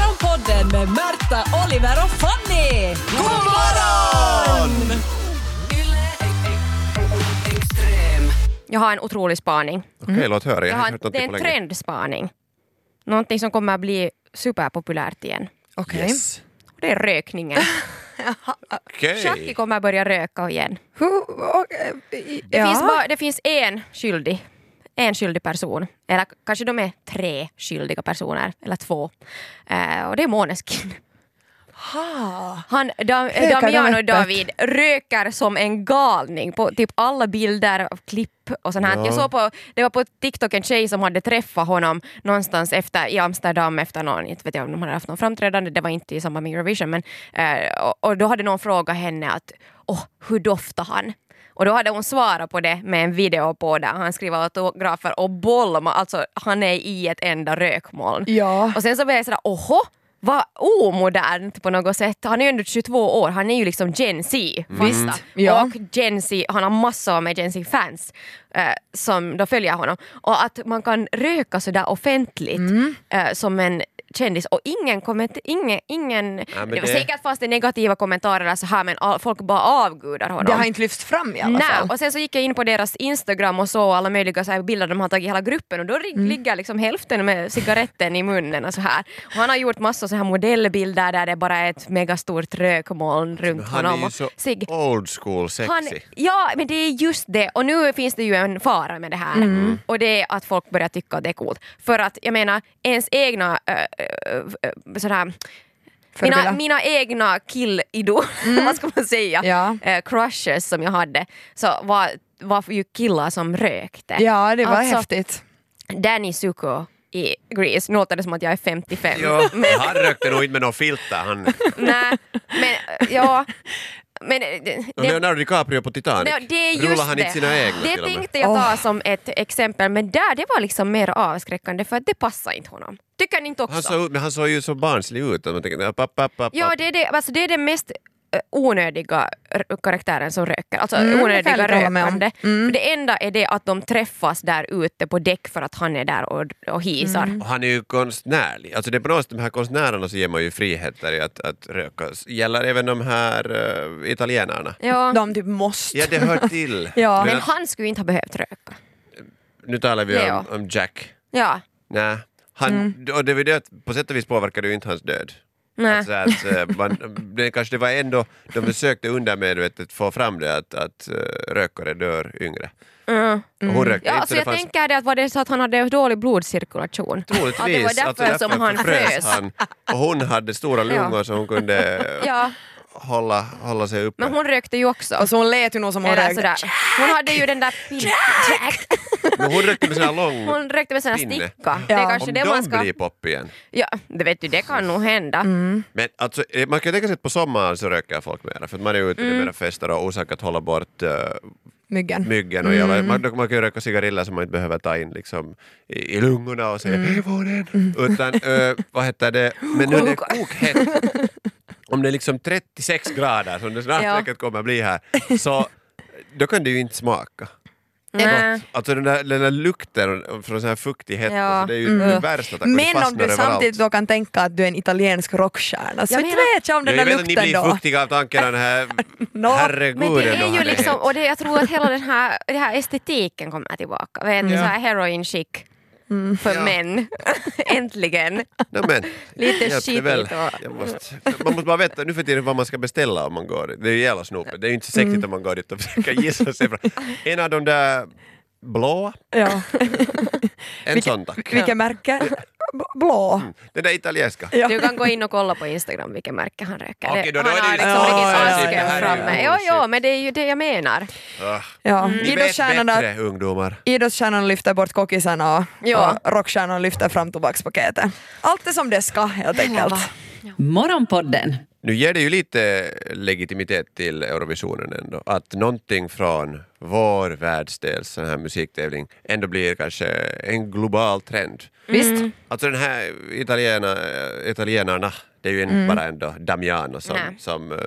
Morgonpodden med Märta, Oliver och Fanny! God morgon! Jag har en otrolig spaning. Okej, låt höra. Jag Jag har har inte en, Mm. hört det är någonting på en länge. trendspaning. Någonting som kommer att bli superpopulärt igen. Okej. Yes. Och det är rökningen. Okej. Jackie kommer att börja röka igen. Hur- okej, eh, i- Det, ja. finns, bara, det finns en skyldig en skyldig person, eller k- kanske de är tre skyldiga personer, eller två. Eh, och det är Måneskin. Ha. Han, da, Rökar de Damiano öppet? David röker som en galning på typ alla bilder och klipp och sånt här. Ja. Jag såg på, det var på TikTok en tjej som hade träffat honom någonstans efter, i Amsterdam efter någon, inte vet jag om de hade haft någon framträdande, det var inte i samband med Eurovision men eh, och, och då hade någon frågat henne att åh, hur doftar han? Och då hade hon svarat på det med en video på där han skriver autografer och bolma, alltså han är i ett enda rökmoln. Ja. Och sen så blev jag sådär, oho, vad omodernt på något sätt. Han är ju ändå 22 år, han är ju liksom Gen Z. Mm. Ja. Och Gen Z, han har massor med Gen Z-fans eh, som då följer honom. Och att man kan röka sådär offentligt eh, som en kändis och ingen kommentar, ingen, ingen, men det var det- säkert fanns det negativa kommentarer eller så här men all, folk bara avgudar honom. Det har inte lyfts fram i alla Nej, Alltså. fall. och sen så gick jag in på deras Instagram och såg alla möjliga så här bilder de har tagit i hela gruppen och då ri- Mm. ligger liksom hälften med cigaretten i munnen och så här. Och han har gjort massor så här modellbilder där det bara är ett megastort rökmoln runt Han honom. är ju och så sig- old school sexy. han, ja, men det är just det. Och nu finns det ju en fara med det här. Mm. Mm. Och det är att folk börjar tycka att det är coolt. För att jag menar, ens egna äh, äh, äh, sån här, mina, Förebilder. mina egna killido, vad ska man säga, Mm. Ja. eh, crushes som jag hade, så var, var ju killar som rökte. Ja, det var Alltså, häftigt. Danny Zuko i Grease, nu låter det som att jag är 55. Ja, han rökte nog inte med någon filter. Han, Nej, men ja. Men, eh, det, Och det- Leonardo DiCaprio på Titanic. Nej, det är just Rullar han det. inte sina egna Det till och med? tänkte jag ta Åh. som ett exempel, men där det var liksom mer avskräckande för att det passar inte honom. Tycker ni inte också? Han såg, ut- men han såg ju så barnslig ut. Och man tänkte, app, app, app, app, ja, app. det är, det, alltså det är den mest eh, onödiga r- karaktären som röker, alltså Mm, det kan jag onödiga lite hålla med om. rökande. Mm. För Det enda är det att de träffas där ute på däck för att han är där och, och hisar. Mm. Och han är ju konstnärlig. Alltså det är på något sätt, de här konstnärerna så ger man ju friheter i att, att röka. Gäller även de här eh, italienarna? Ja. De typ måste. Ja, det hör till. Ja. men Men att, han skulle inte ha behövt röka. nu talar vi Leo. om, om Jack. Ja. Nej. Han, Mm. och det var ju det, att på sätt och vis påverkade ju inte hans död. Nej. Alltså att, eh, man, det kanske det var ändå, de försökte undermedvetet få fram det att, att eh, rökare dör yngre. Och hon rökte Ja, inte alltså jag fanns- tänker det att var det så att han hade dålig blodcirkulation? Troligtvis. Att det var därför, att som han frös. han. Och hon hade stora lungor så hon kunde Ja, hålla, hålla sig uppe. men hon rökte ju också. Alltså hon lät ju nog som hon Eller rökte. sådär. Hon hade ju den där pin- Jack! Men hon rökte med sina lång... Hon rökte med sina Pinne. sticka. Det Ja. är kanske Om det de man ska... blir pop igen. Ja, det vet du, det kan nog hända. Men alltså, eh, man kan ju tänka sig att på sommaren så röker folk mer för att man är ute mm. mera fester och orsak att hålla bort eh, Myggen. myggen och jävla, Mm. man, då- man kan ju röka cigariller som man inte behöver ta in liksom, i, i lungorna och säga Mm. "Hej, var den?" Utan, ö, vad heter det, men nu är det kokhett. Om det är liksom 36 grader som det snart Ja. säkert kommer bli här, så då kan det ju inte smaka. Nej. Alltså den där, den där lukten från sån här fuktighet, Ja. alltså, det är ju det värsta, tack, och det Mm. Men om fastnar du överallt. samtidigt då kan tänka att du är en italiensk rockstjärna så Jag inte menar- vet jag om Ja, den jag där vet att ni lukten blir då. fuktiga av tankarna, den här Nå, herreguden Men det är vad ju har det liksom, hänt? och det, jag tror att hela den här, den här estetiken kommer tillbaka. Vet, du, Ja. Så här heroin chic för Ja. män. Äntligen. Nej, men, Lite hjälpte skitigt väl. och- Jag måste, man måste bara veta nu för tiden vad man ska beställa om man går dit. Det är ju jävla snopet. Det är ju inte så Mm. sexigt om man går dit och försöker gissa sig fram. En av de där blåa, Ja. en sån tack. Vilket märke? B- Blå. Den där italienska. Ja. Du kan gå in och kolla på Instagram vilket märke han röker. Okej, då- då han är det har ju- liksom Ja, riktigt ja, ja, asken det här är ju framme. Jo, jo, bullshit. men det är ju det jag menar. Ah, Ja. Ni vet Idrottsstjärnorna, bättre ungdomar. idrottsstjärnorna lyfter bort kokisarna och, Ja. och rockstjärnorna lyfter fram tobakspaketet. Allt är som det ska helt enkelt. Morgonpodden Nu ger det ju lite legitimitet till Eurovisionen ändå. Att någonting från vår världsdels sån här musiktävling ändå blir kanske en global trend. Mm. Visst? Alltså den här italiena, italienarna, det är ju inte bara ändå Damiano som, Mm. Nej. som eh,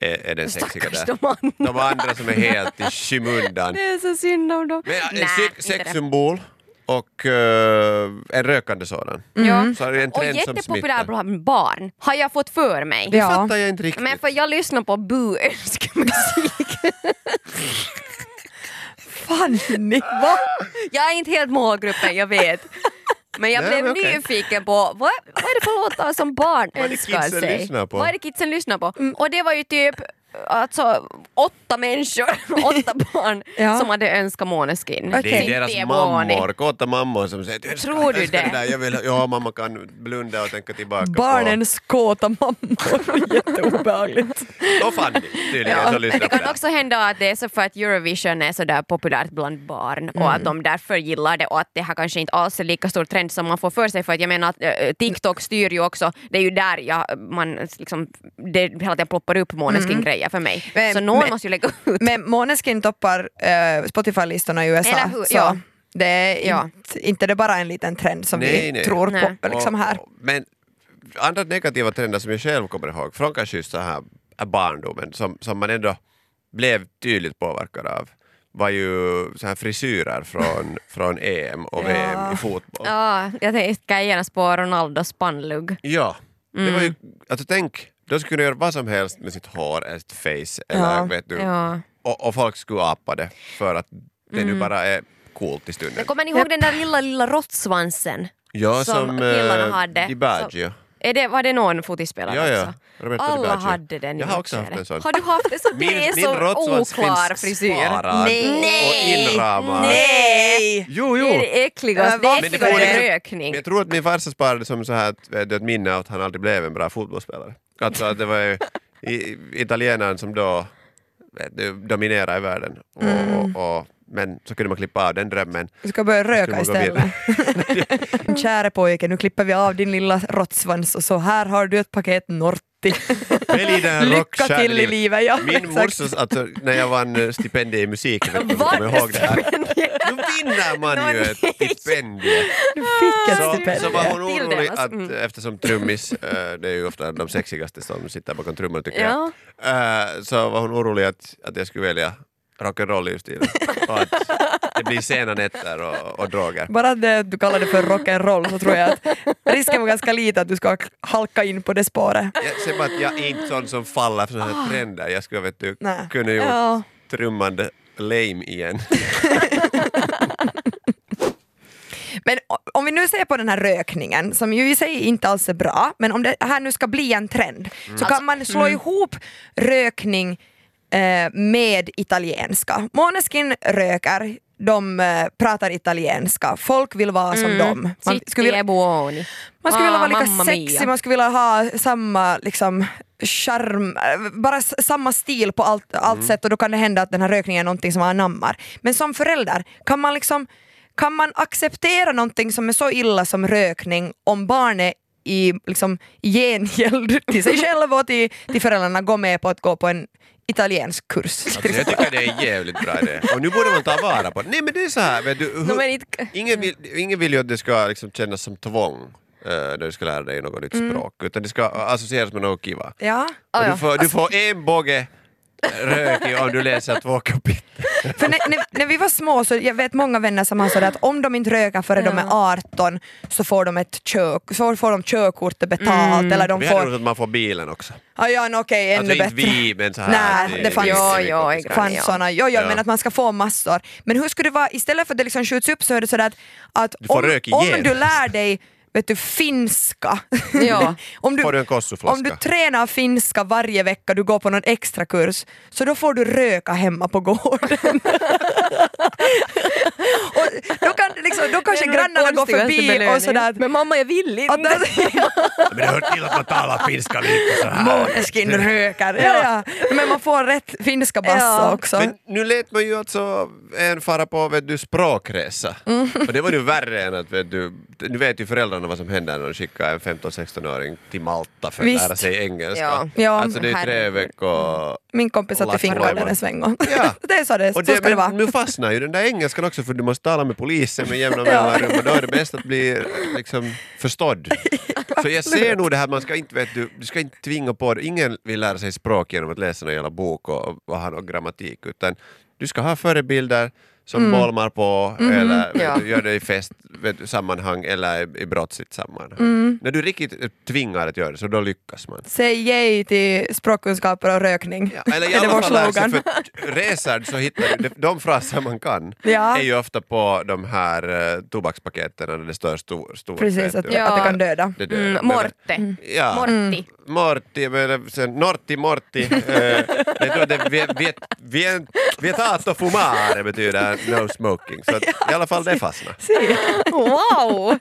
är, är den sexiga Stackars där. de andra. De andra som är helt i skymundan. är så synd om dem. Men en Nej, sex, inte det. sexsymbol, och eh, en rökande sådan. Ja. Så är det Mm. en Och trend som jättepopulär smittar. bland barn, har jag fått för mig. Det Ja. fattar jag inte riktigt. Men för jag lyssnar på bu-önskemusik. Fanny! Va? Jag är inte helt målgruppen, jag vet. Men jag Nej, blev men okej. nyfiken på vad, vad är det för låtar som barn Vad är det önskar kidsen sig? lyssnar på? Mm. Vad är det kidsen lyssnar på? Och det var ju typ alltså, åtta människor, åtta barn Ja. som hade önskat Måneskin. det är Okej. deras Simpi Evoni. mammor, kåta mammor som säger "Jag älskar- Tror jag du älskar det? där, Jag vill, ha-" ja, mamma kan blunda och tänka tillbaka på... Barnens kåta mammor. Jätteobehagligt. Och Fanny tydligen Ja, som men lyssnar det på kan det. också hända att det är så för att Eurovision är sådär populärt bland barn och att Mm. de därför gillar det och att det här kanske inte alls är lika stor trend som man får för sig för att jag menar att eh, TikTok styr ju också, det är ju där jag, man liksom, det hela tiden ploppar upp Mm. Måneskin-grejer för mig. Men- så någon men- måste ju lägga ut. Men Måneskin toppar eh, Spotify-listorna i USA. Eller hur? Så Ja. det är Ja. inte, inte det är bara en liten trend som vi Nej, nej. tror Nej. på liksom här. Och- Men andra negativa trender som jag själv kommer ihåg från kanske just så här barndomen som, som man ändå blev tydligt påverkad av var ju så här frisyrer från, från EM och Ja. VM i fotboll. Ja, jag tänkte genast på Ronaldos pannlugg. Ja, det var ju, Mm. alltså tänk, de skulle kunna göra vad som helst med sitt hår eller sitt face eller Ja. vet du, Ja. och, och folk skulle apa det för att det Mm. nu bara är coolt i stunden. Men kommer ni ihåg den där lilla, lilla råttsvansen? Ja, som som, killarna eh, hade. Di Baggio. Är det, var det någon fotispelare Ja, ja. också? Roberto Di Alla Baggio. hade den. i Jag har något också haft skede. en sån. Har du haft det? Så Min, det är min så råttsvans oklar finns frisyr. sparad Nej. och inramad. Nej! Jo, Det är jo. det äckligaste. Men Det varför- äckligaste Men det får- är rökning. Men Jag tror att min farsa sparade som så här att, vet du, ett minne av att han aldrig blev en bra fotbollsspelare. Alltså att det var ju i- italienaren som då vet du, dominerade i världen. Och, Mm. och, och, men så kunde man klippa av den drömmen. Du ska börja röka Skulle man gå istället. Käre pojke, nu klipper vi av din lilla råttsvans och så här har du ett paket Norti. Välj den Lycka här till i rockstjärnelivet. livet. Ja, Min exakt. morsas, alltså, när jag vann eh, stipendium i musik, jag vet inte om du kommer Var ihåg det här. Då vinner man ju Nå, ett stipendium. Du fick ett Så, så stipendium. var hon Till det, orolig alltså. att eh, Mm. eftersom trummis, eh, det är ju ofta de sexigaste som sitter bakom trummor tycker Ja. jag, eh, så var hon orolig att, att jag skulle välja rock'n'roll livsstil och att det blir sena nätter och, och droger. Bara det att du kallar det för rock'n'roll så tror jag att risken var ganska liten att du ska halka in på det spåret. Jag ser bara att jag är inte sån som faller för sådana här trender. Jag skulle vet du, Nej. kunna ju Ja. trummande lame igen. Men o- om vi nu ser på den här rökningen, som ju i sig inte alls är bra, men om det här nu ska bli en trend så kan man slå ihop rökning eh, med italienska. Måneskin röker, de eh, pratar italienska, folk vill vara Mm. som dem. Mm. Man skulle vilja, buoni. man skulle vilja vara lika Ah, mamma sexig, mia. man skulle vilja ha samma liksom, charm, eh, bara s- samma stil på allt, allt Mm. sätt och då kan det hända att den här rökningen är någonting som man anammar. Men som förälder, kan man, liksom, kan man acceptera någonting som är så illa som rökning om barnet i liksom, gengäld till sig själv och till, till föräldrarna går med på att gå på en italiensk kurs? Alltså, jag tycker det är jävligt bra idé. Och nu borde man ta vara på det. Nej men Mm. det är så här, vet du, hur, No, men inte- ingen, vill, ingen vill ju att det ska liksom kännas som tvång eh, när du ska lära dig något nytt språk, utan det ska associeras med något kiva. Ja. Och Ah, ja. du, får, du får en båge rök i om du läser två kapitel. För när, när, när vi var små så jag vet många vänner som har sådär att om de inte röker före de är 18 så får de ett kök, så får de körkortet betalt eller de Vi hade roligt får... att man får bilen också. Ja, ja no, okej, ännu Alltså inte bättre. vi, men så här. Nej, det fanns- Jo, jo, mycket i skräp. grann. fanns ja. såna, jo, jo, Ja. men att man ska få massor. Men hur skulle det vara, istället för att det liksom skjuts upp så är det sådär att, att får om, rök om igen. du lär dig vet du, finska, Ja. om, Får du en kossuflaska. om du tränar finska varje vecka, du går på någon extra kurs, så då får du röka hemma på gården. och då, kan, det liksom, då kanske Det är nog den grannarna går konstigaste förbi belöningen. och sådär att, Men mamma jag vill inte. Mm, att där, Men det hör till att man talar finska lite så här. Måneskin rökar. Ja, ja. Men man får rätt finska bassa Ja. också. Men nu lät man ju alltså en fara på vet du, språkresa. Mm. Och det var ju värre än att vet du, nu vet ju föräldrarna vad som händer när de skickar en 15-16-åring till Malta för att Visst. lära sig engelska. Ja. Ja, alltså det är tre herregud. veckor. Min kompis satte Lattjo fingrar där lajban. en sväng och Ja. det är så det, Och Eh, så ska det men, vara. nu fastnar ju den där engelskan också för du måste tala med polisen med jämna Ja. mellanrum och då är det bäst att bli liksom, förstådd. Så jag ser nog det här, man ska inte, vet du, du ska inte tvinga på det. Ingen vill lära sig språk genom att läsa någon jävla bok och, och ha någon grammatik utan du ska ha förebilder som Mm. bolmar på Mhm, eller vet Ja. du, gör det i fest, vet du, sammanhang eller i- i brottsligt sammanhang. Mm. När du riktigt eh, tvingar att göra det så då lyckas man. Säg yay till språkkunskaper och rökning. Ja, eller i Är det alla vår fall lär sig, slogan? för reser så hittar du de- de fraser man kan Ja. är ju ofta på de här eh, tobakspaketen där det står stor, stor Precis, vet att, du. Ja. att det kan döda. Det dör. Mm, morte. Ja. Morti. Morti, men sen Norti Morti. eh, jag tror att det vet, vet, vet, vetato fumare betyder no smoking. Så att, i alla fall det fastnar. Mm. Wow!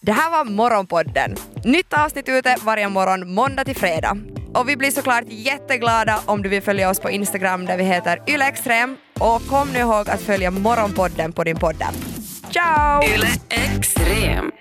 Det här var Morgonpodden. Nytt avsnitt ute varje morgon måndag till fredag. Och vi blir såklart jätteglada om du vill följa oss på Instagram där vi heter ylextrem. Och kom nu ihåg att följa Morgonpodden på din podd. Ciao! Yle Extrem.